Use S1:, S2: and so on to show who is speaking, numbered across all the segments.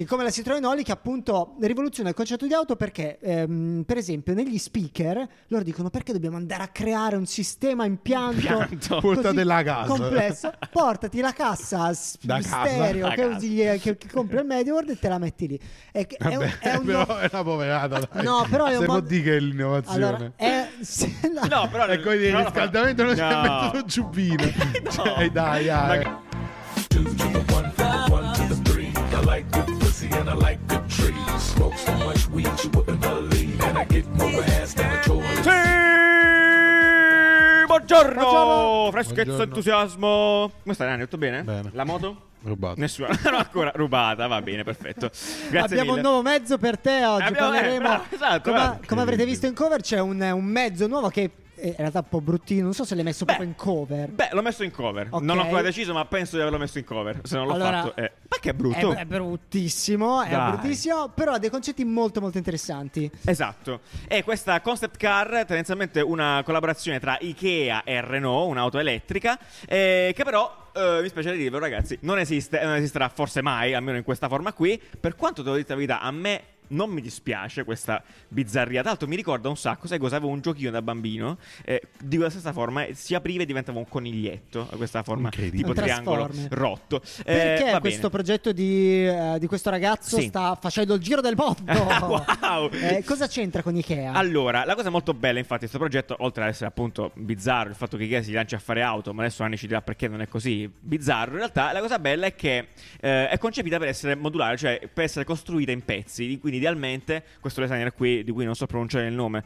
S1: E come la Citroen Oli che appunto rivoluziona il concetto di auto perché ehm, per esempio negli speaker loro dicono perché dobbiamo andare a creare un sistema impianto,
S2: Impianto.
S1: così
S3: Portate la cassa."
S1: complesso portati la cassa s-
S3: Da casa.
S1: stereo
S2: Da
S1: che,
S2: casa.
S1: usi- che- che compri al media world e te la metti lì è, che- è un-
S3: Vabbè,
S1: è un-
S3: però è una poverata. Dai.
S1: no però è un
S3: Se può
S1: mod-
S3: dire che è l'innovazione.
S1: allora, è, se la-
S2: No, però
S3: e con il
S2: però-
S3: riscaldamento non si è
S2: No.
S3: messo un giubbino. Cioè, dai,
S2: Ma
S3: dai.
S4: Two to the one, one to the three. I like the pussy and I like the tree. Smoke so much weed you wouldn't believe. And I get more ass than a toilet.
S2: Sì, buongiorno!
S1: Buongiorno.
S2: Freschezza,
S3: Buongiorno.
S2: entusiasmo. Come stai, Nani? Tutto bene?
S3: Bene.
S2: La moto?
S3: Rubato.
S2: Nessuna, no, ancora rubata, va bene, perfetto. Grazie
S1: Abbiamo
S2: mille.
S1: un nuovo mezzo per te oggi.
S2: Abbiamo- eh,
S1: parleremo.
S2: bravo, esatto,
S1: come,
S2: bravo.
S1: come avrete visto in cover, c'è un, un mezzo nuovo che eh, in realtà è un po' bruttino. Non so se l'hai messo
S2: Beh,
S1: proprio in cover.
S2: Beh, l'ho messo in cover.
S1: Ok.
S2: Non ho ancora deciso, ma penso di averlo messo in cover. Se non l'ho
S1: Allora-
S2: fatto, eh. ma che è
S1: È,
S2: brutto.
S1: è bruttissimo, è
S2: Dai.
S1: bruttissimo, però ha dei concetti molto molto interessanti.
S2: Esatto. E questa concept car è tendenzialmente una collaborazione tra Ikea e Renault, un'auto elettrica, eh, che però, eh, mi spiace dirvelo ragazzi, non esiste e non esisterà forse mai, almeno in questa forma qui. Per quanto devo dire la verità, a me non mi dispiace questa bizzarria. Tra l'altro mi ricorda un sacco, sai cosa? Avevo un giochino da bambino eh, di quella stessa forma, eh, si apriva e diventava un coniglietto, questa forma
S3: Incredibile.
S2: tipo
S1: Un
S2: triangolo
S1: Transformer.
S2: rotto. Eh,
S1: Perché
S2: va
S1: questo
S2: bene.
S1: progetto di, eh, di questo ragazzo
S2: Sì.
S1: sta facendo il giro del mondo?
S2: Wow!
S1: Eh, cosa c'entra con Ikea?
S2: Allora, la cosa molto bella, infatti, di questo progetto, oltre ad essere appunto bizzarro, il fatto che Ikea si lancia a fare auto, ma adesso Anni ci dirà perché non è così bizzarro. In realtà, la cosa bella è che eh, è concepita per essere modulare, cioè per essere costruita in pezzi. Quindi, idealmente, questo designer qui, di cui non so pronunciare il nome,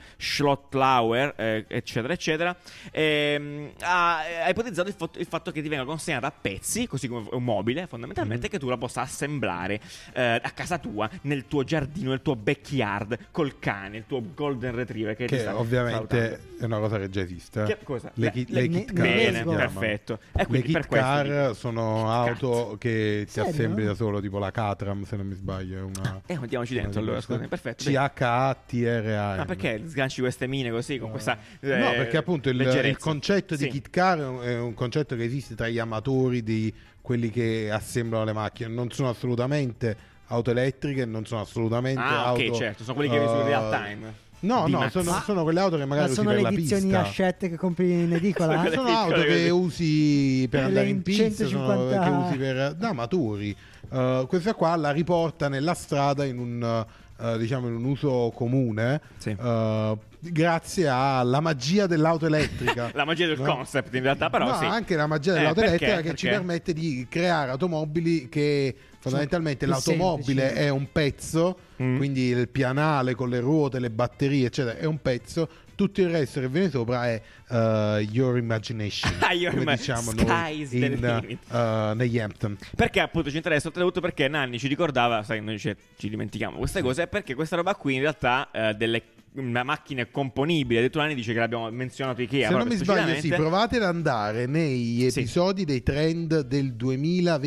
S2: Schlottlauer, eh, eccetera, eccetera, ehm, ha, ha ipotizzato il, fot- il fatto che ti venga consegnata a pezzi, così come un mobile,
S3: Mm.
S2: fondamentalmente, che tu la possa assemblare eh, a casa tua, nel tuo giardino, nel tuo backyard, col cane, il tuo golden retriever che, ti
S3: Che
S2: sta
S3: ovviamente
S2: salutando.
S3: è una cosa che già esiste. eh.
S2: Che cosa?
S3: Le,
S2: Le-
S3: kit-
S2: le-
S3: le kit
S1: ne-
S3: car.
S1: ne-
S3: si
S2: Bene,
S3: chiamano.
S2: perfetto. E
S3: Le
S2: quindi
S3: kit
S2: per questo dico-
S3: car sono auto che ti
S1: Serio?
S3: assembli da solo, tipo la Catram, se non mi sbaglio. È una...
S2: Eh, mettiamoci dentro allora, scusami, perfetto.
S3: C-H-A-T-R-A.
S2: Ma perché sganci queste mine così con questa eh,
S3: No, perché appunto il,
S2: leggerezza?
S3: il concetto di
S2: Sì.
S3: kit car è un- è un concetto che esiste tra gli amatori di quelli che assemblano le macchine, non sono assolutamente auto elettriche, non sono assolutamente
S2: Ah,
S3: auto
S2: ok, certo, sono quelli che sono in
S3: eh,
S2: real time.
S3: No,
S2: Di
S3: no,
S2: Max.
S3: sono,
S2: Ma-
S3: sono quelle auto che
S1: Ma
S3: magari
S1: sono
S3: usi
S1: le
S3: per la
S1: edizioni
S3: pista.
S1: Hachette che compri in edicola? Eh?
S2: Quelle-
S3: sono
S2: piccole
S3: auto che
S2: così.
S3: usi per
S1: Quelle
S3: andare
S1: in
S3: in pista, sono
S1: 150.
S3: che usi per da maturi. Eh, questa qua la riporta nella strada in un eh, diciamo in un uso comune
S2: Sì.
S3: eh, grazie alla magia dell'auto elettrica.
S2: La magia del
S3: No?
S2: concept in realtà, però
S3: No,
S2: sì.
S3: anche la magia
S2: Eh,
S3: dell'auto
S2: perché?
S3: elettrica che ci
S2: Perché?
S3: permette di creare automobili che fondamentalmente
S1: più
S3: l'automobile
S1: semplici.
S3: è un pezzo,
S2: Mm.
S3: quindi il pianale con le ruote, le batterie, eccetera, è un pezzo. Tutto il resto che viene sopra è eh, your imagination,
S2: Ah, your
S3: come
S2: ima-
S3: diciamo
S2: sky's
S3: noi
S2: the
S3: in,
S2: limit.
S3: eh, negli Hampton.
S2: Perché appunto ci interessa oltretutto perché Nanni ci ricordava, sai, noi ci, ci dimentichiamo queste cose, perché questa roba qui in realtà eh, delle una macchina componibile, detto Nanni dice che l'abbiamo menzionato Ikea.
S3: Se non mi
S2: proprio
S3: sbaglio, sì,
S2: specificamente.
S3: provate ad andare nei
S2: Sì.
S3: episodi dei trend del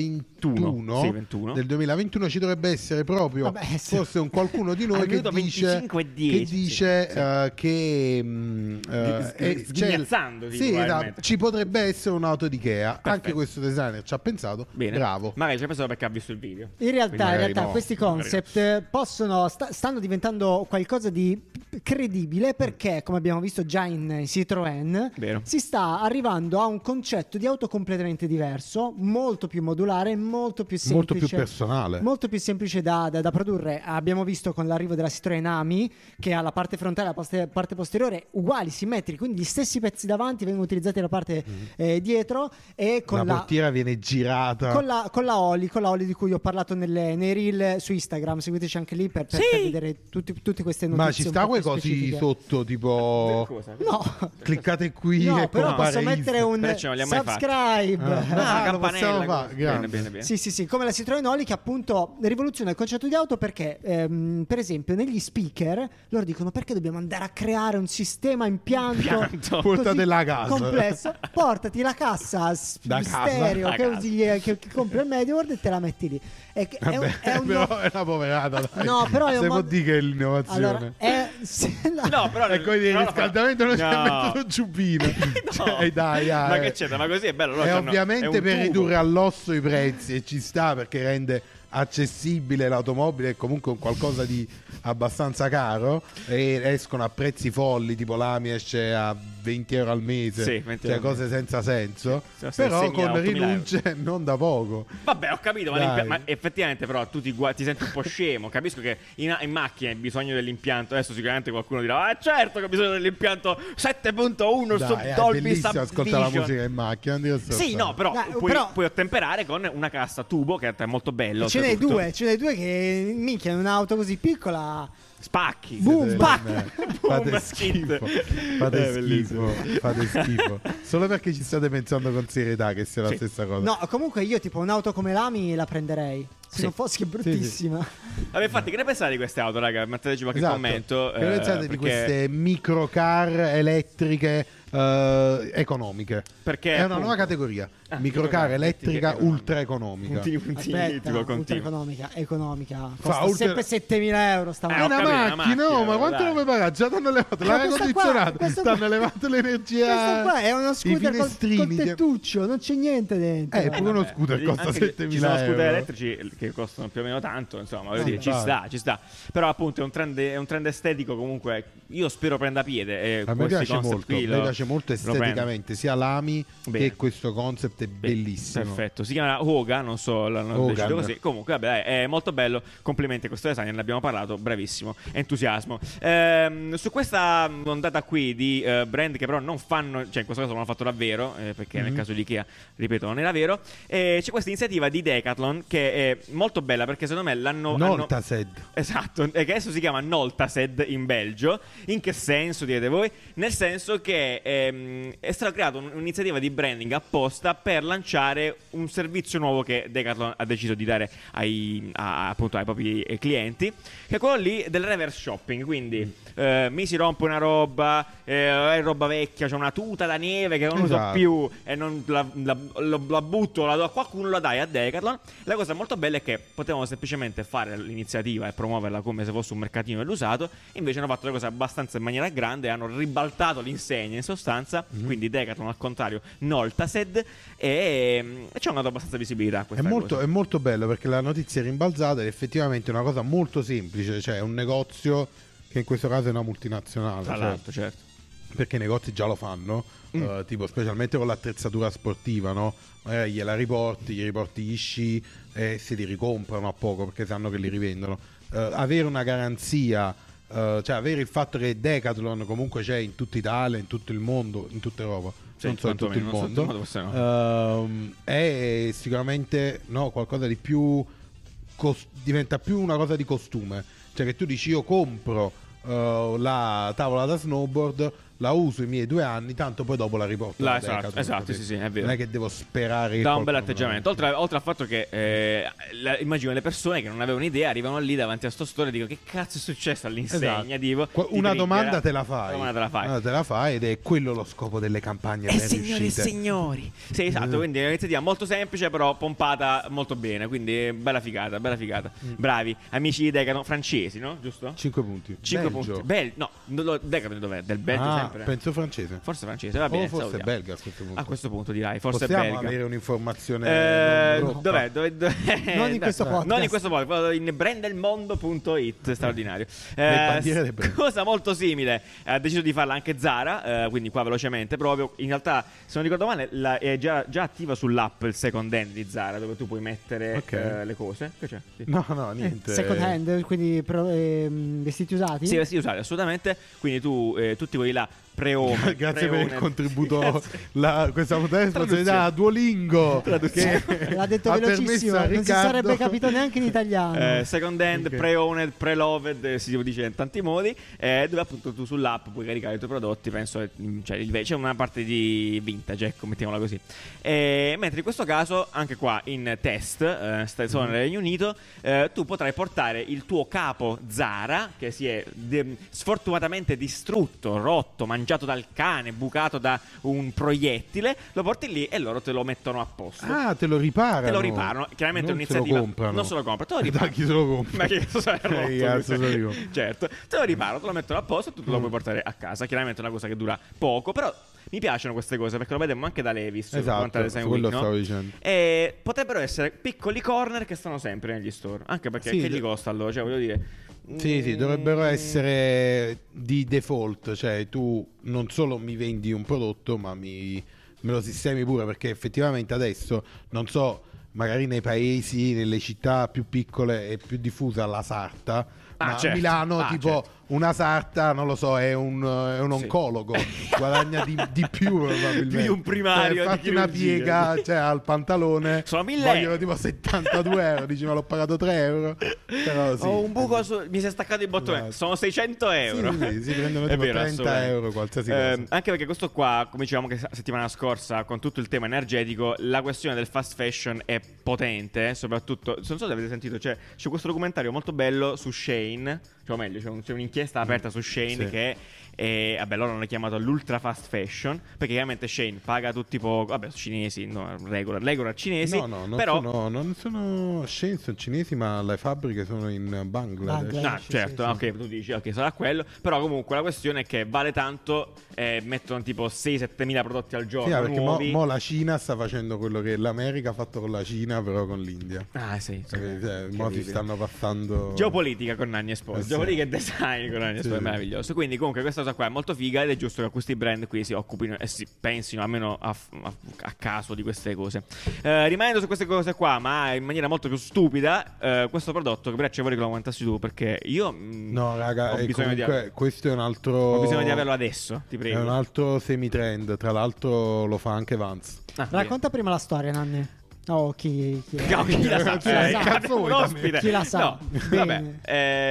S3: 2021.
S2: Sì, 21.
S3: Del 2021 ci dovrebbe essere proprio
S1: Vabbè, sì.
S3: forse un qualcuno di
S2: Al
S3: noi che
S2: minuto
S3: dice
S2: 25 e
S3: che
S2: 10,
S3: dice
S2: sì, sì.
S3: eh, che mm, eh,
S2: Sghi-
S3: eh, c'è-
S2: sghignazzando, dico,
S3: sì, esatto,
S2: probabilmente.
S3: ci potrebbe essere un'auto di Ikea. Anche
S2: Perfetto.
S3: questo designer ci ha pensato.
S2: Bene.
S3: Bravo.
S2: Magari ci ha pensato perché ha visto il video.
S1: In
S3: Quindi
S1: realtà, in
S3: magari
S1: realtà
S3: no,
S1: questi
S2: magari no.
S1: concept eh, possono, sta- stanno diventando qualcosa di p- credibile perché, come abbiamo visto già in, in Citroën,
S2: Vero.
S1: si sta arrivando a un concetto di auto completamente diverso, molto più modulare, molto più semplice.
S3: Molto più personale.
S1: Molto più semplice da, da- da produrre. Abbiamo visto con l'arrivo della Citroën Ami che ha la parte frontale e la poste- parte posteriore uguali, simmetrici, quindi gli stessi pezzi davanti vengono utilizzati la parte
S3: Mhm.
S1: eh, dietro e con
S3: la,
S1: la,
S3: portiera viene girata.
S1: con la, con la Oli, con la Oli di cui ho parlato nelle- nei reel su Instagram, seguiteci anche lì per, per-
S2: Sì.
S1: per vedere tutti- tutte queste notizie.
S3: Ma ci
S1: un
S3: sta
S1: po' più
S3: quei cosi
S1: specifiche.
S3: sotto, tipo
S2: Cosa?
S1: No,
S3: cliccate qui
S1: no
S3: e
S1: però
S3: compare
S1: posso mettere
S3: Instagram.
S1: un
S2: Perciò non li ha mai fatti.
S1: subscribe.
S3: Ah, no.
S2: Ah,
S3: Ah, lo possiamo
S2: campanella.
S3: fare,
S2: così.
S3: grazie.
S2: Bene, bene, bene.
S1: Sì, sì, sì, come la Citroen Oli che appunto rivoluziona il concetto di auto perché, ehm, per esempio, negli speaker loro dicono perché dobbiamo andare a creare un sistema impianto, così
S2: Impianto.
S3: Portate la cassa."
S1: complesso, portati la cassa s-
S3: Da casa.
S1: stereo
S2: Da
S1: che,
S2: casa.
S1: usi, che, che compri al media world e te la metti lì. È, che- è un-
S3: Vabbè,
S1: è un
S3: però
S1: no-
S3: è una poverata. Dai.
S1: No, però è un
S3: Se può
S1: mod-
S3: dire che è l'innovazione.
S1: Allora, è, se la-
S2: No, però
S3: e con il
S2: però-
S3: riscaldamento non si è
S2: No.
S3: messo un giubbino. Cioè, dai, dai.
S2: Ma che c'è? Ma così è bello. loro
S3: E
S2: c'hanno- è
S3: ovviamente
S2: un
S3: per
S2: tubo.
S3: ridurre all'osso i prezzi e ci sta perché rende accessibile l'automobile è comunque un qualcosa di abbastanza caro e escono a prezzi folli tipo l'AMI esce a 20 euro al mese
S2: Sì, 20
S3: cioè
S2: euro al
S3: cose senza senso
S2: Sì, se
S3: però
S2: segna
S3: con
S2: 8.000 euro.
S3: rinunce non da poco
S2: Vabbè, ho capito, ma,
S3: Dai.
S2: l'impia- ma effettivamente però tu ti, gua- ti senti un po' scemo. Capisco che in, in macchina hai bisogno dell'impianto. Adesso sicuramente qualcuno dirà, ah certo che ho bisogno dell'impianto 7.1
S3: Dai,
S2: sub
S3: è
S2: Dolby
S3: bellissimo ascoltare la
S2: Subvision.
S3: musica in macchina non dire
S2: Sì,
S3: stronzate.
S2: no, però,
S1: Dai,
S2: puoi,
S1: però-
S2: puoi ottemperare con una cassa tubo che è molto bello. cioè
S1: Ce n'è
S2: oltretutto.
S1: due, ce n'è due che minchia in un'auto così piccola.
S2: Spacchi.
S1: Boom,
S3: Siete
S1: pac!
S3: delle-
S2: Boom,
S3: fate
S2: skit.
S3: schifo, fate
S2: Eh,
S3: schifo,
S2: bellissimo.
S3: fate schifo. Solo perché ci state pensando con serietà che sia la
S2: Sì.
S3: stessa cosa.
S1: No, comunque io tipo un'auto come l'Ami la prenderei. Se
S2: Sì.
S1: non fosse che è bruttissima.
S2: Vabbè, infatti, che ne pensate di queste auto, raga? Metteteci qualche
S3: Esatto.
S2: commento.
S3: Che ne
S2: eh,
S3: pensate di
S2: perché-
S3: queste microcar elettriche eh, economiche?
S2: Perché,
S3: è una
S2: appunto-
S3: nuova categoria,
S2: Ah,
S3: microcar
S2: microcar
S3: elettrica
S2: elettriche
S3: ultra economica.
S2: Continui, continui,
S1: Aspetta,
S2: tipo,
S1: ultra
S2: continui.
S1: economica, economica. Costa
S3: ultra-
S1: sempre 7000 euro sta
S2: Eh,
S3: È
S2: ho
S1: macchina.
S3: una
S2: capito, una
S3: macchina, oh,
S2: macchina,
S3: ma quanto
S2: dai.
S3: non mi pagate? Già hanno levato
S1: Ma
S3: l'aria
S1: questa qua-
S3: condizionata,
S1: questa
S3: stanno
S1: qua-
S3: levando l'energia.
S1: Questo qua è uno
S3: i
S1: scooter col, col
S3: finestrini che-
S1: tettuccio, non c'è niente dentro.
S3: Eh, pure uno scooter
S2: Vedi,
S3: costa
S2: anche ci-
S3: 7000
S2: Ci sono scooter
S3: euro. Eh,
S2: elettrici che costano più o meno tanto, insomma, voglio
S1: Vabbè.
S2: dire, ci
S3: Vabbè.
S2: sta, ci sta. Però appunto è un trend, è un trend estetico comunque, io spero prenda piede. E
S3: A me
S2: questi
S3: piace
S2: concept
S3: molto,
S2: qui
S3: mi
S2: lo-
S3: piace molto
S2: lo prendo.
S3: esteticamente, sia l'ami
S2: Bene.
S3: che questo concept è
S2: Beh,
S3: bellissimo.
S2: Perfetto, si chiama Hoga, non so, l'hanno
S3: Hogan.
S2: deciso così. Comunque, vabbè, dai, è molto bello. Complimenti a questo design, ne abbiamo parlato, bravissimo, entusiasmo. Ehm, su questa ondata qui di eh, brand che però non fanno, cioè in questo caso non hanno fatto davvero, eh, perché nel
S3: Mhm.
S2: caso di Ikea, ripeto, non era vero, eh, c'è questa iniziativa di Decathlon che è molto bella perché secondo me l'hanno... hanno-
S3: Noltased.
S2: Esatto, e che adesso si chiama Noltased in Belgio. In che senso direte voi? Nel senso che ehm, è stata creata un- un'iniziativa di branding apposta per lanciare un servizio nuovo che Decathlon ha deciso di dare ai, a- appunto, ai propri eh, clienti, che è quello lì del reverse shopping. Quindi eh, mi si rompe una roba, eh, è roba vecchia, c'è una tuta da neve che non uso
S3: Esatto.
S2: più e non la, la- lo- la butto, la do a qualcuno, la dai a Decathlon. La cosa molto bella è che potevano semplicemente fare l'iniziativa e promuoverla come se fosse un mercatino dell'usato, invece hanno fatto la cosa abbastanza in maniera grande, hanno ribaltato l'insegna in sostanza,
S3: Mhm.
S2: quindi Decathlon al contrario, Noltased e, mm, e ci hanno dato abbastanza visibilità a
S3: È
S2: questa
S3: molto,
S2: cosa.
S3: è molto bello perché la notizia è rimbalzata ed effettivamente è una cosa molto semplice, cioè un negozio che in questo caso è una multinazionale,
S2: Tra
S3: cioè,
S2: l'altro, certo.
S3: perché i negozi già lo fanno,
S2: Mm.
S3: eh, tipo specialmente con l'attrezzatura sportiva, no? Magari gliela riporti, gli riporti gli sci e se li ricomprano a poco perché sanno che li rivendono. Eh, avere una garanzia, eh, cioè avere il fatto che Decathlon comunque c'è in tutta Italia, in tutto il mondo, in tutta Europa,
S2: Sì,
S3: non so in tutto il
S2: quantomeno, non so
S3: mondo,
S2: in tutto il mondo,
S3: ehm, è sicuramente no, qualcosa di più cos- diventa più una cosa di costume. Cioè che tu dici io compro eh, la tavola da snowboard, la uso i miei due anni, tanto poi dopo la riporto.
S2: La-
S3: alla
S2: esatto,
S3: Decathlon,
S2: esatto,
S3: capito?
S2: sì, sì, è vero.
S3: Non è che devo sperare che
S2: Da un
S3: qualcuno
S2: bel
S3: la
S2: atteggiamento.
S3: compri.
S2: Oltre, oltre al fatto che eh, la- immagino le persone che non avevano idea arrivano lì davanti a sto store e dicono che cazzo è successo all'insegna.
S3: Esatto.
S2: tipo,
S3: Qua-
S2: ti
S3: una
S2: triggera.
S3: domanda te la fai. Ah,
S2: Una domanda te la fai.
S3: Una te la fai ed è quello lo scopo delle campagne
S2: Eh,
S3: ben riuscite.
S2: signori. Sì, esatto, quindi è un'iniziativa molto semplice però pompata molto bene, quindi bella figata, bella figata.
S3: Mm.
S2: Bravi, amici di Decathlon francesi, no? Giusto?
S3: 5 punti.
S2: 5
S3: Belgio.
S2: punti. Bel- no, no, no, Decathlon dov'è? Del Belgio
S3: Ah,
S2: sempre.
S3: penso francese.
S2: Forse francese, va
S3: O
S2: bene.
S3: forse
S2: salutiamo.
S3: belga a questo punto.
S2: A questo punto direi, forse
S3: Possiamo
S2: belga.
S3: avere un'informazione
S2: Eh,
S3: non troppa?
S2: dov'è? Dove, dove-
S1: Non in questo
S2: dai,
S1: podcast.
S2: Non in questo podcast, vado in brandelmondo.it, straordinario.
S3: Le bandiere
S2: s-
S3: del brand.
S2: cosa molto simile, ha deciso di farla anche Zara, eh, quindi qua velocemente proprio. In realtà, se non ricordo male, la- è già, già attiva sull'app il second hand di Zara, dove tu puoi mettere
S3: Ok.
S2: eh, le cose. Che c'è? Sì.
S3: No, no, niente.
S1: Eh, Second hand, quindi pro- ehm, vestiti usati.
S2: Sì, sì, usare assolutamente. Quindi tu, eh, tutti quelli là,
S3: Gra-
S2: pre-owned.
S3: Grazie per il
S2: pre-owned.
S3: contributo.
S2: Grazie.
S3: La, questa puntata è sponsorizzata da Duolingo.
S2: Traduzione.
S3: che
S1: L'ha detto
S3: ha
S1: velocissimo,
S3: permesso a
S1: non si
S3: Riccardo-
S1: sarebbe capito neanche in italiano.
S2: Eh, second hand,
S3: Ok.
S2: pre-owned, pre-loved, eh, si dice in tanti modi, eh, dove appunto tu sull'app puoi caricare i tuoi prodotti, penso, eh, mh, cioè, il- c'è una parte di vintage, ecco, mettiamola così. Eh, mentre in questo caso, anche qua in test, eh, sta- sono nel Regno Unito, eh, tu potrai portare il tuo capo Zara, che si è de- sfortunatamente distrutto, rotto, mangiato dal cane, bucato da un proiettile, lo porti lì e loro te lo mettono a posto.
S3: Ah, te lo riparano.
S2: Te lo riparano, chiaramente
S3: non
S2: è
S3: Se
S2: un'iniziativa-
S3: lo comprano.
S2: non se lo compra, te lo
S3: Da
S2: riparano.
S3: chi se lo compra?
S2: Ma che cazzo sei
S3: Eh,
S2: rotto?
S3: cazzo, sono io. Mm.
S2: Certo, te lo riparo, te lo metto a posto e tu te lo puoi portare a casa. Chiaramente è una cosa che dura poco, però Mi piacciono queste cose perché lo vedemmo anche da Levis.
S3: Esatto,
S2: durante la design
S3: quello
S2: week, no?
S3: stavo dicendo.
S2: E potrebbero essere piccoli corner che stanno sempre negli store. Anche perché
S3: Sì,
S2: che gli
S3: do-
S2: costa allora? Cioè, voglio dire.
S3: Sì, sì,
S2: mm,
S3: dovrebbero essere di default, cioè tu non solo mi vendi un prodotto, ma mi- me lo sistemi pure perché effettivamente adesso non so, magari nei paesi, nelle città più piccole è più diffusa la sarta.
S2: Ah,
S3: ma
S2: certo.
S3: a Milano,
S2: Ah,
S3: tipo,
S2: certo.
S3: una sarta, non lo so, è un, è un
S2: Sì.
S3: oncologo, guadagna di, di più probabilmente.
S2: Più di un primario di
S3: Cioè, fatti una
S2: chirurgia.
S3: piega cioè, al pantalone,
S2: Sono mille
S3: vogliono tipo 72 euro, dici ma l'ho pagato 3 euro. Però sì.
S2: Ho un buco, su- mi si è staccato il bottone.
S3: Esatto.
S2: Sono 600 euro.
S3: Sì, sì, sì, si prendono
S2: È
S3: tipo
S2: vero,
S3: 30
S2: assolutamente. Ehm,
S3: euro, qualsiasi cosa.
S2: Anche perché questo qua, come dicevamo che sa- settimana scorsa, con tutto il tema energetico, la questione del fast fashion è potente. eh, Soprattutto, non so se avete sentito, c'è, c'è questo documentario molto bello su Shane. Cioè, o meglio, c'è, un- c'è un'inchiesta aperta su Shane
S3: Mm. Sì.
S2: che è, eh, vabbè, loro l'hanno chiamato l'ultra fast fashion. Perché chiaramente Shane paga tutti tipo, vabbè, cinesi, no, regular, regular cinesi.
S3: No, no, non,
S2: Eh però,
S3: sono, non sono Shane, sono cinesi, ma le fabbriche sono in Bangladesh.
S1: Bangladesh.
S2: No,
S1: Sì,
S2: certo,
S1: sì,
S2: ok, tu dici ok, sarà quello. Però comunque la questione è che vale tanto, eh, mettono tipo 6-7 mila prodotti al
S3: Sì,
S2: giorno.
S3: ah, perché mo,
S2: nuovi.
S3: mo la Cina sta facendo quello che l'America ha fatto con la Cina, però con l'India.
S2: Ah, sì, sì.
S3: Cioè, cioè, mo si
S2: Incredibile.
S3: stanno passando.
S2: Geopolitica con Nanni Esposito,
S3: Eh, sì.
S2: geopolitica e design con Nanni
S3: Sì,
S2: Esposito, è
S3: sì.
S2: meraviglioso. Quindi comunque questa cosa qua è molto figa ed è giusto che questi brand qui si occupino e si pensino almeno a, a- a caso di queste cose. Eh, rimanendo su queste cose qua, ma in maniera molto più stupida, eh, questo prodotto che piace vorrei che lo commentassi tu perché io mm,
S3: No, raga,
S2: ho
S3: e
S2: bisogno di
S3: comunque Eh, questo è un altro.
S2: Ho bisogno di averlo adesso, ti
S3: È
S2: prego.
S3: un altro semi-trend. Tra l'altro, lo fa anche Vance.
S2: Ah,
S1: Racconta prima la storia, Nanni. Oh, chi, chi è?
S2: No, chi la sa?
S1: Chi la
S2: Eh,
S1: sa?
S2: cazzo vuoi da me? Ospite.
S1: Chi la sa?
S2: No,
S1: Bene.
S2: vabbè,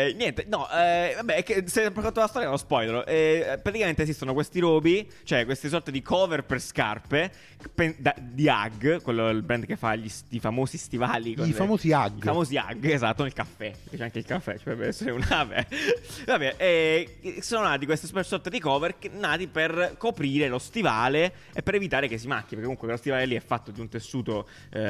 S2: eh, niente, no, eh, vabbè, è che se hai raccontato la storia è uno spoiler. Eh, praticamente esistono questi robi, cioè queste sorte di cover per scarpe pen- da- di Hag, quello il brand che fa gli sti- i famosi stivali. con
S3: I
S2: le-
S3: famosi Hag.
S2: I famosi Hag, esatto, nel caffè. Perché c'è anche il caffè, ci potrebbe essere un vabbè. Vabbè, eh, sono nati queste super sorte di cover che- nati per coprire lo stivale e per evitare che si macchi, perché comunque lo stivale lì è fatto di un tessuto ehm,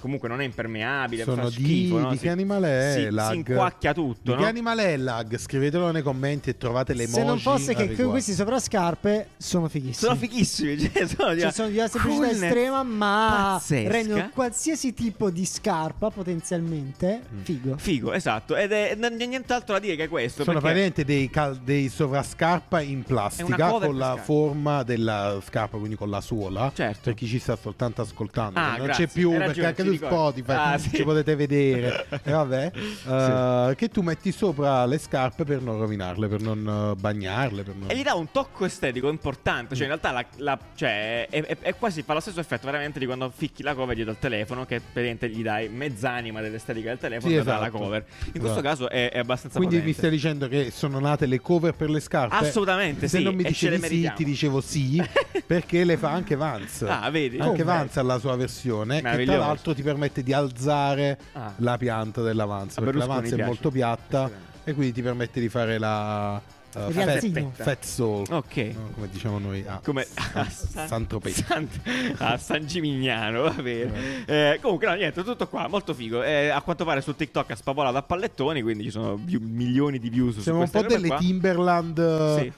S2: comunque non è impermeabile,
S3: Sono
S2: fa
S3: di,
S2: schifo, no?
S3: di
S2: Si-
S3: che animale è
S2: si,
S3: lag?
S2: si inquacchia tutto,
S3: Di
S2: no?
S3: che animale è lag? Scrivetelo nei commenti e trovate le
S1: Se non fosse che questi sovrascarpe sono fighissimi.
S2: Sono fighissimi, cioè, sono di
S1: Ci sono di una semplicità
S2: coolness
S1: estrema, ma
S2: pazzesca.
S1: rendono qualsiasi tipo di scarpa potenzialmente
S2: Mm.
S1: figo.
S2: Figo, esatto, ed è non c'è nient'altro da dire che questo.
S3: Sono
S2: perché...
S3: praticamente dei, cal- dei sovrascarpa in
S2: È una
S3: plastica
S2: cover
S3: con
S2: per
S3: la
S2: scarpa.
S3: forma della scarpa, quindi con la suola.
S2: Certo.
S3: Per chi ci sta soltanto ascoltando,
S2: Ah,
S3: che non
S2: grazie.
S3: c'è più
S2: Hai
S3: perché
S2: ragione,
S3: anche
S2: ci
S3: su
S2: ricordo.
S3: Spotify
S2: Ah, sì.
S3: ci potete vedere. E vabbè, eh, che tu metti sopra le scarpe per non rovinarle, per non eh, bagnarle. Per non...
S2: E gli dà un tocco estetico importante.
S3: Mm.
S2: Cioè, in realtà, la- la- cioè, è, è- è quasi fa lo stesso effetto veramente di quando ficchi la cover dietro al telefono, che praticamente gli dai mezz'anima dell'estetica del telefono
S3: Sì,
S2: e dà la
S3: esatto.
S2: cover. In questo
S3: Esatto.
S2: caso è, è abbastanza
S3: Quindi mi
S2: potente.
S3: stai dicendo che sono nate le cover per le scarpe?
S2: Assolutamente,
S3: Se
S2: sì,
S3: non mi
S2: e ce le
S3: dicevi sì,
S2: meritiamo.
S3: ti dicevo sì, perché le fa anche Vance.
S2: Ah, vedi?
S3: Anche
S2: Oh,
S3: Vance ha la sua versione, che tra
S2: Meraviglioso.
S3: l'altro ti permette di alzare
S2: Ah.
S3: la pianta dell'avanza.
S2: A
S3: Perché
S2: Berlusconi
S3: l'avanza è
S2: piace.
S3: molto piatta e quindi ti permette di fare la eh,
S1: Il
S3: fat,
S1: rialzino.
S3: fat soul,
S2: Ok.
S3: no? come diciamo noi a,
S2: come Ah,
S3: a San, Tropez.
S2: San- a San Gimignano, va bene. Eh, comunque, no, niente, tutto qua, molto figo. Eh, a quanto pare su TikTok ha spavolato a pallettoni, quindi ci sono view- milioni di views su
S3: Siamo un
S2: queste
S3: po'
S2: robe
S3: delle
S2: qua.
S3: Timberland,
S2: Sì.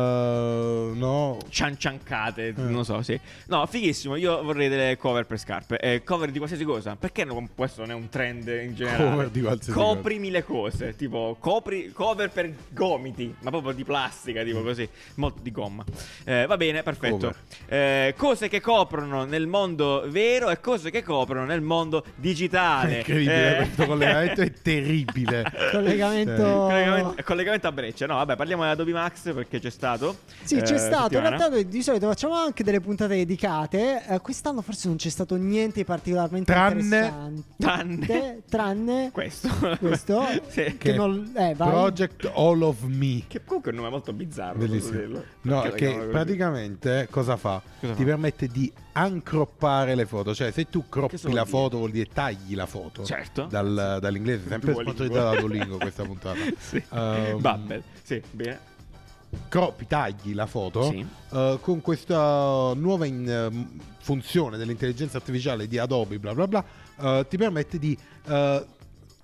S3: eh, no? Eh.
S2: cianciancate, non so, sì. No, fighissimo, io vorrei delle cover per scarpe, eh, cover di qualsiasi cosa, perché non- questo non è un trend in generale?
S3: Cover di qualsiasi
S2: Coprimi le cose, tipo copri, cover per gomiti, ma proprio di plastica, tipo così, molto di gomma. Eh, va bene, perfetto.
S3: Mm. Cover.
S2: Eh, cose che coprono nel mondo vero e cose che coprono nel mondo digitale.
S3: Incredibile,
S2: Eh.
S3: questo collegamento è terribile.
S1: Collegamento-
S2: Collegamento, collegamento a breccia, no? Vabbè, parliamo di Adobe Max perché c'è stato.
S1: Sì,
S2: eh,
S1: c'è stato. In
S2: settimana.
S1: realtà noi di solito facciamo anche delle puntate dedicate. Eh, quest'anno forse non c'è stato niente di particolarmente
S3: Tranne-
S1: interessante.
S2: Tranne-
S1: Tranne
S2: Questo.
S1: questo
S2: Sì.
S1: che,
S3: Che
S1: non eh, vai.
S3: Project All of Me.
S2: Che comunque è un nome molto bizzarro. posso
S3: Bellissimo.
S2: dirlo.
S3: No,
S2: Perché lo
S3: che
S2: chiamano così?
S3: praticamente cosa fa?
S2: Cosa
S3: Ti
S2: fa?
S3: permette di ancroppare le foto. Cioè, se tu
S2: Che
S3: croppi
S2: vuol
S3: la
S2: dire?
S3: foto, vuol dire tagli la foto.
S2: Certo.
S3: Dal- dall'inglese, sempre
S2: Duolingo.
S3: sponsorizzata da Duolingo questa puntata.
S2: sì.
S3: Ehm,
S2: Bubble. Sì, bene.
S3: Croppi, tagli la foto
S2: Sì.
S3: eh, con questa nuova in- ehm, funzione dell'intelligenza artificiale di Adobe, bla bla bla, eh, ti permette di eh,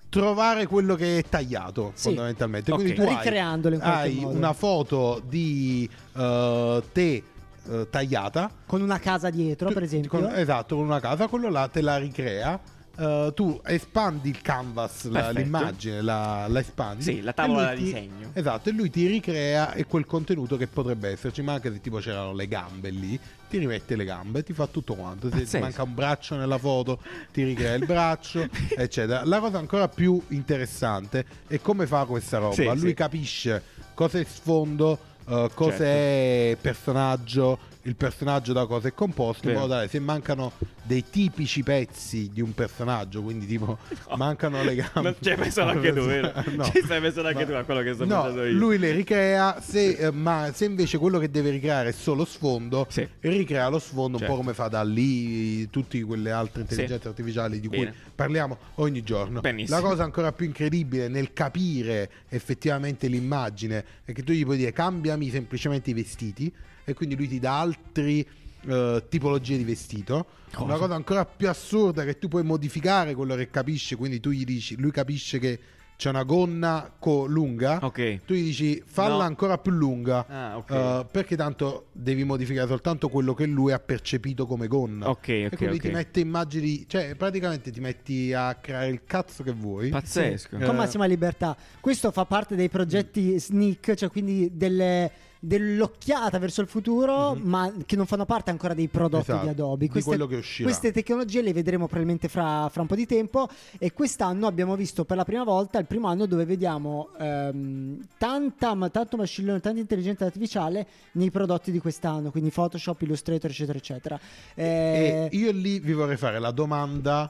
S3: trovare quello che è tagliato
S1: Sì.
S3: fondamentalmente.
S2: Ok.
S3: Quindi tu hai-
S1: Ricreandolo in qualche
S3: hai
S1: modo.
S3: una foto di eh, te eh, tagliata.
S1: Con una casa dietro,
S3: Tu-
S1: per esempio.
S3: con- esatto, con una casa, quello là te la ricrea. eh, tu espandi il canvas, la-
S2: Perfetto.
S3: l'immagine, la, la espandi.
S2: Sì, la tavola
S3: e
S2: da
S3: lui ti-
S2: disegno.
S3: Esatto, e lui ti ricrea e quel contenuto che potrebbe esserci, ma anche se tipo c'erano le gambe lì, ti rimette le gambe, ti fa tutto quanto. Se ti
S2: Pazzesco.
S3: manca un braccio nella foto, ti ricrea il braccio, eccetera. La cosa ancora più interessante è come fa questa roba.
S2: Sì,
S3: lui
S2: sì.
S3: capisce cosa è sfondo, eh, cosa
S2: Certo.
S3: è personaggio, il personaggio da cosa è composto, in
S2: Vero.
S3: modo tale se mancano dei tipici pezzi di un personaggio, quindi tipo mancano le gambe.
S2: Non ci hai pensato anche tu, vero?
S3: No.
S2: Ci stai pensando anche
S3: Ma-
S2: tu a quello che sto
S3: no,
S2: pensando io.
S3: Lui le ricrea, se, eh, ma se invece quello che deve ricreare è solo sfondo,
S2: Sì.
S3: ricrea lo sfondo
S2: Certo.
S3: un po' come fa da lì tutte quelle altre intelligenze artificiali di
S2: Bene.
S3: cui parliamo ogni giorno.
S2: Benissimo.
S3: La cosa ancora più incredibile nel capire effettivamente l'immagine è che tu gli puoi dire cambiami semplicemente i vestiti e quindi lui ti dà altri eh, tipologie di vestito.
S2: Cosa?
S3: eh, Una cosa ancora più assurda è che tu puoi modificare quello che capisce, quindi tu gli dici, lui capisce che c'è una gonna co- lunga,
S2: Ok.
S3: tu gli dici falla
S2: No.
S3: ancora più lunga
S2: Ah, ok.
S3: eh, perché tanto devi modificare soltanto quello che lui ha percepito come gonna.
S2: Ok, ok,
S3: e quindi
S2: ok.
S3: ti mette immagini, cioè praticamente ti metti a creare il cazzo che vuoi.
S2: Pazzesco.
S3: Eh.
S1: con massima libertà. Questo fa parte dei progetti sneak, cioè quindi delle- dell'occhiata verso il futuro, ma che non fanno parte ancora dei prodotti
S3: Mhm. Esatto,
S1: di Adobe.
S3: di quello che uscirà.
S1: queste tecnologie le vedremo probabilmente fra, fra un po' di tempo e quest'anno abbiamo visto per la prima volta il primo anno dove vediamo ehm, tanta, ma tanto machine learning, tanta intelligenza artificiale nei prodotti di quest'anno, quindi Photoshop, Illustrator, eccetera, eccetera. Eh,
S3: E io lì vi vorrei fare la domanda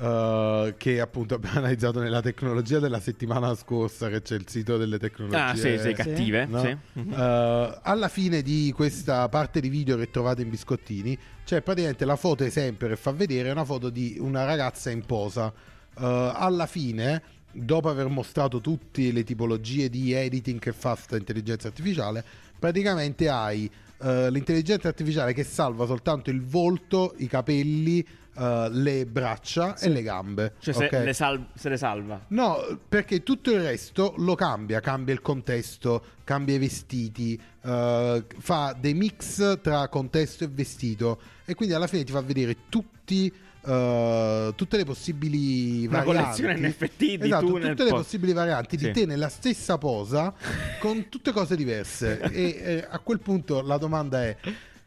S3: eh, che appunto abbiamo analizzato nella tecnologia della settimana scorsa, che c'è il sito delle tecnologie. eh,
S2: Ah, sì, sì, cattive.
S3: no?
S2: Sì.
S3: Eh, alla fine di questa parte di video che trovate in biscottini, c'è praticamente la foto esempio che fa vedere è una foto di una ragazza in posa. Eh, alla fine, dopo aver mostrato tutte le tipologie di editing che fa sta intelligenza artificiale, praticamente hai eh, l'intelligenza artificiale che salva soltanto il volto, i capelli, eh, le braccia e le gambe.
S2: Cioè, se,
S3: ok?
S2: le sal- se le salva.
S3: No, perché tutto il resto lo cambia, cambia il contesto, cambia i vestiti, eh, fa dei mix tra contesto e vestito e quindi alla fine ti fa vedere tutti, eh, tutte le possibili
S2: Una
S3: varianti.
S2: collezione NFT di
S3: esatto,
S2: tu nel
S3: tutte le
S2: po-
S3: possibili varianti
S2: Sì.
S3: di te nella stessa posa con tutte cose diverse e eh, a quel punto la domanda è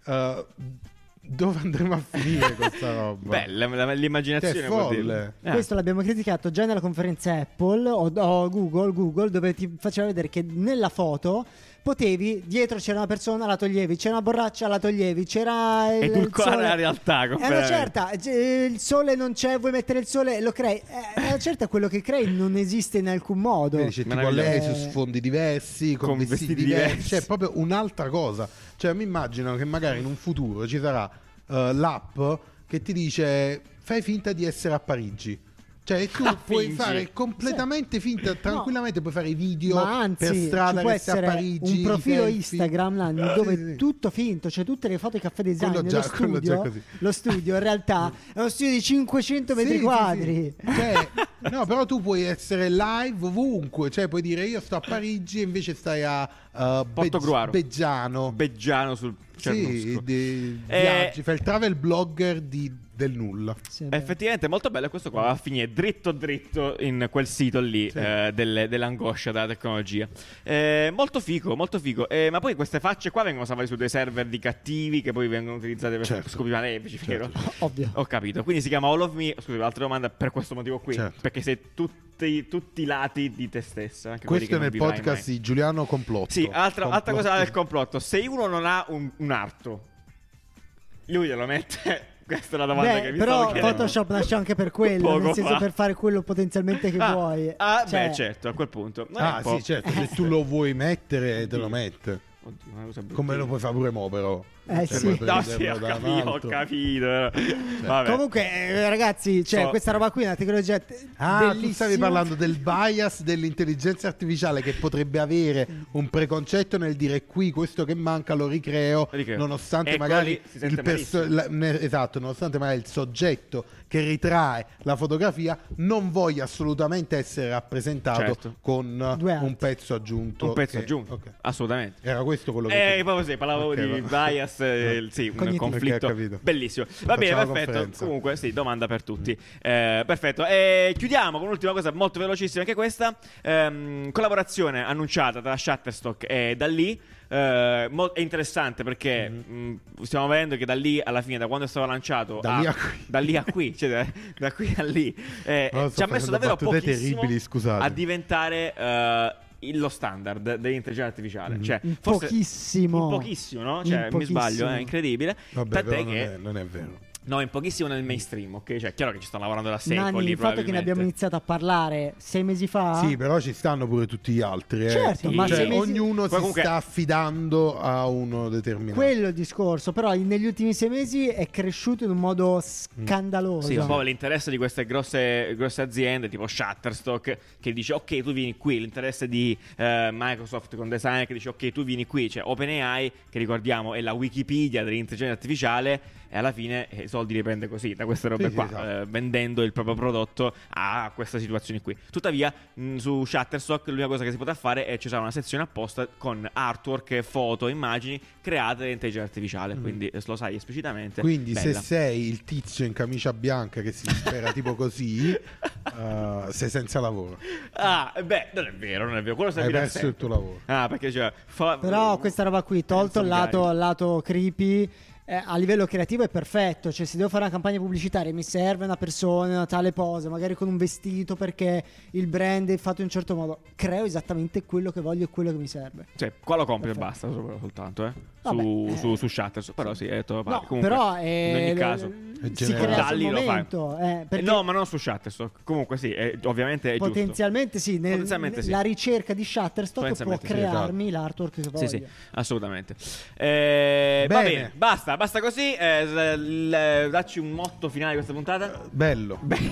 S3: eh, dove andremo a finire questa roba?
S2: Bella, la- l'immaginazione
S3: Che
S2: vuol
S3: folle.
S2: dire. Ah,
S1: Questo l'abbiamo criticato già nella conferenza Apple o, o Google, Google, dove ti faceva vedere che nella foto potevi, dietro c'era una persona, la toglievi, c'era una borraccia, la toglievi, c'era il, il
S2: Edulcorare
S1: sole.
S2: la realtà
S1: È una
S2: completamente.
S1: certa, eh, il sole non c'è, vuoi mettere il sole, lo crei. Eh, È una certa, quello che crei non esiste in alcun modo.
S3: Vedi, c'è tipo
S2: Meraviglioso.
S3: lei su sfondi diversi, con,
S2: Con
S3: vestiti,
S2: vestiti
S3: diversi.
S2: diversi.
S3: Cioè, è proprio un'altra cosa. Cioè, mi immagino che magari in un futuro ci sarà eh, l'app che ti dice fai finta di essere a Parigi. Cioè, e tu
S2: Ah,
S3: puoi
S2: fingi.
S3: fare completamente finta, tranquillamente puoi fare i video
S1: Ma anzi,
S3: per strada
S1: ci può
S3: che sei a
S1: essere
S3: Parigi.
S1: un
S3: i
S1: profilo
S3: selfie.
S1: Instagram Nanni,
S3: Sì,
S1: dove
S3: sì, sì.
S1: tutto finto, cioè tutte le foto di caffè design,
S3: Quello già-
S1: lo
S3: quello già
S1: studio,
S3: così.
S1: lo studio in realtà è uno studio di 500
S3: Sì,
S1: metri
S3: sì,
S1: quadri.
S3: sì. Cioè, no, però tu puoi essere live ovunque. Cioè, puoi dire io sto a Parigi e invece stai a eh,
S2: Portogruaro.
S3: Beggiano.
S2: Beggiano sul
S3: Sì,
S2: Cernusco.
S3: di-
S2: Eh,
S3: viaggi, fa il travel blogger di- del nulla.
S1: Sì, è vero.
S2: Effettivamente è molto bello questo qua, va a finire dritto dritto in quel sito lì eh, delle- dell'angoscia della tecnologia. Eh, molto figo, molto figo. Eh, ma poi queste facce qua vengono salvate su dei server di cattivi che poi vengono utilizzate per
S3: Certo.
S2: scopi malefici, vero?
S1: Ovvio.
S2: Ho capito. Quindi si chiama All of Me, scusi, altra domanda per questo motivo qui,
S3: Certo.
S2: perché sei tutti, tutti i lati di te stessa. anche quelli che
S3: Questo
S2: non
S3: è nel
S2: vivrai
S3: podcast
S2: mai.
S3: di Giuliano Complotto.
S2: Sì, altra, altra
S3: Complotto.
S2: cosa del complotto. Se uno non ha un, un arto, lui glielo mette. Questa è la domanda
S1: Beh,
S2: che mi stavo
S1: però
S2: chiedendo.
S1: Photoshop nasce anche per quello,
S2: Poco
S1: nel senso
S2: fa.
S1: per fare quello potenzialmente che
S2: ah,
S1: vuoi.
S2: Ah,
S1: Cioè,
S2: beh, certo, a quel punto. Non è
S3: Ah,
S2: un po'-
S3: sì, certo. Se tu lo vuoi mettere, te lo mette.
S2: Oddio, una cosa brutta.
S3: Come lo puoi fare pure mo, però.
S1: Eh,
S3: Cioè,
S1: sì.
S3: puoi
S2: No, sì, ho
S3: prenderlo da Cioè, un
S2: capito, ho
S3: altro.
S2: capito. Vabbè.
S1: Comunque, eh, ragazzi, cioè,
S2: So-
S1: questa roba qui è una tecnologia t-
S3: Ah, tu
S1: bellissima.
S3: stavi parlando del bias dell'intelligenza artificiale che potrebbe avere un preconcetto nel dire qui questo che manca lo ricreo,
S2: Ricreo.
S3: nonostante
S2: E
S3: magari
S2: quelli si sente
S3: il perso-
S2: malissimo.
S3: la- ne- esatto, nonostante magari il soggetto che ritrae la fotografia non voglia assolutamente essere rappresentato
S2: Certo.
S3: con
S1: Due
S3: eh,
S1: arti.
S3: un pezzo aggiunto.
S2: un pezzo
S3: che-
S2: aggiunto.
S3: ok.
S2: Assolutamente.
S3: Era questo quello che
S2: Eh, proprio sì, parlavo
S3: Ok,
S2: di
S3: va-
S2: bias stress, eh, il- sì, un
S1: Cognitivo.
S2: conflitto
S3: Ok, ho capito.
S2: bellissimo. Va bene,
S3: Facciamo la
S2: perfetto.
S3: conferenza.
S2: Comunque, sì, domanda per tutti. Eh, perfetto. E chiudiamo con un'ultima cosa molto velocissima, anche questa. Ehm, collaborazione annunciata tra Shutterstock e da lì. Eh, mo- è interessante perché
S3: Mm-hmm.
S2: mh, stiamo vedendo che da lì alla fine, da quando è stato lanciato,
S3: Da lì a qui.
S2: da lì a qui, cioè da, da qui a lì, eh,
S3: Però sto
S2: ci ha messo
S3: facendo
S2: davvero
S3: battute
S2: pochissimo
S3: terribili, scusate.
S2: a diventare eh, il- lo standard dell'intelligenza
S3: Mm.
S2: artificiale. Cioè,
S1: In
S2: forse-
S1: pochissimo.
S2: in pochissimo, no? Cioè,
S1: In
S2: mi sbaglio,
S1: pochissimo.
S2: è incredibile.
S3: Vabbè,
S2: Tant'è
S3: però
S2: che
S3: non, è, non è vero.
S2: No, in pochissimo nel mainstream, ok? Cioè, è chiaro che ci stanno lavorando da secoli,
S1: Nani, il fatto è che ne
S2: probabilmente.
S1: abbiamo iniziato a parlare sei mesi fa.
S3: Sì, però ci stanno pure tutti gli altri. eh.
S1: Certo,
S2: Ah. ma
S3: Cioè,
S2: se mi-
S3: ognuno
S2: Poi comunque-
S3: si sta affidando a uno determinato.
S1: Quello è il discorso, però negli ultimi sei mesi è cresciuto in un modo scandaloso.
S2: Mm. Sì, un po' l'interesse di queste grosse, grosse aziende tipo Shutterstock che dice ok tu vieni qui, l'interesse di eh, Microsoft con Design che dice ok tu vieni qui, cioè OpenAI che ricordiamo è la Wikipedia dell'intelligenza artificiale e alla fine eh, i soldi li prende così da queste robe
S3: Sì, sì,
S2: qua,
S3: esatto.
S2: eh, vendendo il proprio prodotto a questa situazione qui. Tuttavia mh, su Shutterstock l'unica cosa che si potrà fare è ci sarà una sezione apposta con artwork, foto, immagini create dall'intelligenza artificiale, quindi eh, lo sai esplicitamente.
S3: Mm. Quindi
S2: Bella.
S3: se sei il tizio in camicia bianca che si dispera tipo così, eh, sei senza lavoro.
S2: Ah, beh, non è vero, non è vero. Quello
S3: Hai
S2: servirà
S3: perso il
S2: sempre.
S3: tuo lavoro.
S2: Ah, perché cioè, fa-
S1: Però questa roba qui, tolto il
S2: Handsome
S1: lato,
S2: guy.
S1: il lato creepy, eh, a livello creativo è perfetto. Cioè, se devo fare una campagna pubblicitaria e mi serve una persona, una tale posa, magari con un vestito perché il brand è fatto in un certo modo, creo esattamente quello che voglio e quello che mi serve.
S2: Cioè, qua lo compri e
S1: Perfetto.
S2: basta solo- soltanto, eh.
S1: Vabbè,
S2: su,
S1: eh.
S2: su, su Shutter, però sì, è detto, vabbè,
S1: no,
S2: comunque,
S1: però
S2: in
S1: eh,
S2: ogni
S1: l-
S2: caso.
S1: l- si
S3: Generale.
S1: crea sul
S2: Dalli lo fai.
S1: momento. eh, perché
S2: No, ma non su Shutterstock. Comunque sì, è- ovviamente è giusto.
S1: potenzialmente sì, nel-
S2: Potenzialmente sì.
S1: la ricerca di Shutterstock può
S2: Potenzialmente sì, esatto.
S1: crearmi l'artwork che voglio.
S2: Sì, sì, assolutamente. Eh, va
S3: Bene.
S2: bene, basta, basta così. Eh, l- l- dacci un motto finale di questa puntata.
S3: Bello.
S2: Bello.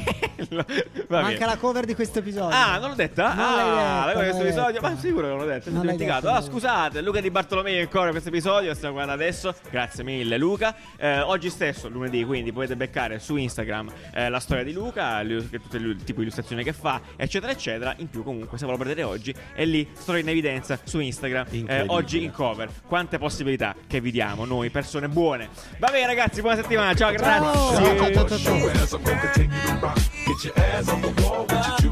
S2: Va bene.
S1: Manca la cover di questo episodio.
S2: Ah, non l'ho
S1: Non
S2: detta?
S1: l'hai
S2: ah,
S1: detta,
S2: avevo questo
S1: non l'hai
S2: episodio.
S1: detta.
S2: Ma sicuro che non l'ho detta, mi sono
S1: Non l'hai
S2: dimenticato.
S1: detta,
S2: Ah,
S1: non l'hai
S2: scusate, Luca Di Bartolomeo ancora questo episodio. Stiamo guardando adesso. Grazie mille, Luca. Eh, oggi stesso, lunedì, quindi potete beccare su Instagram eh, la storia di Luca, lui- che tutte le tipo di illustrazioni che fa, eccetera, eccetera. In più, comunque, se ve lo perdete oggi, è lì. Storia in evidenza su Instagram. eh,
S3: Incredibile.
S2: oggi in cover. Quante possibilità che vi diamo noi, persone buone. Va bene, ragazzi, buona settimana. Ciao, grazie.
S1: Ciao.
S4: Show as I'm gonna continue to rock. Get your ass on the wall with your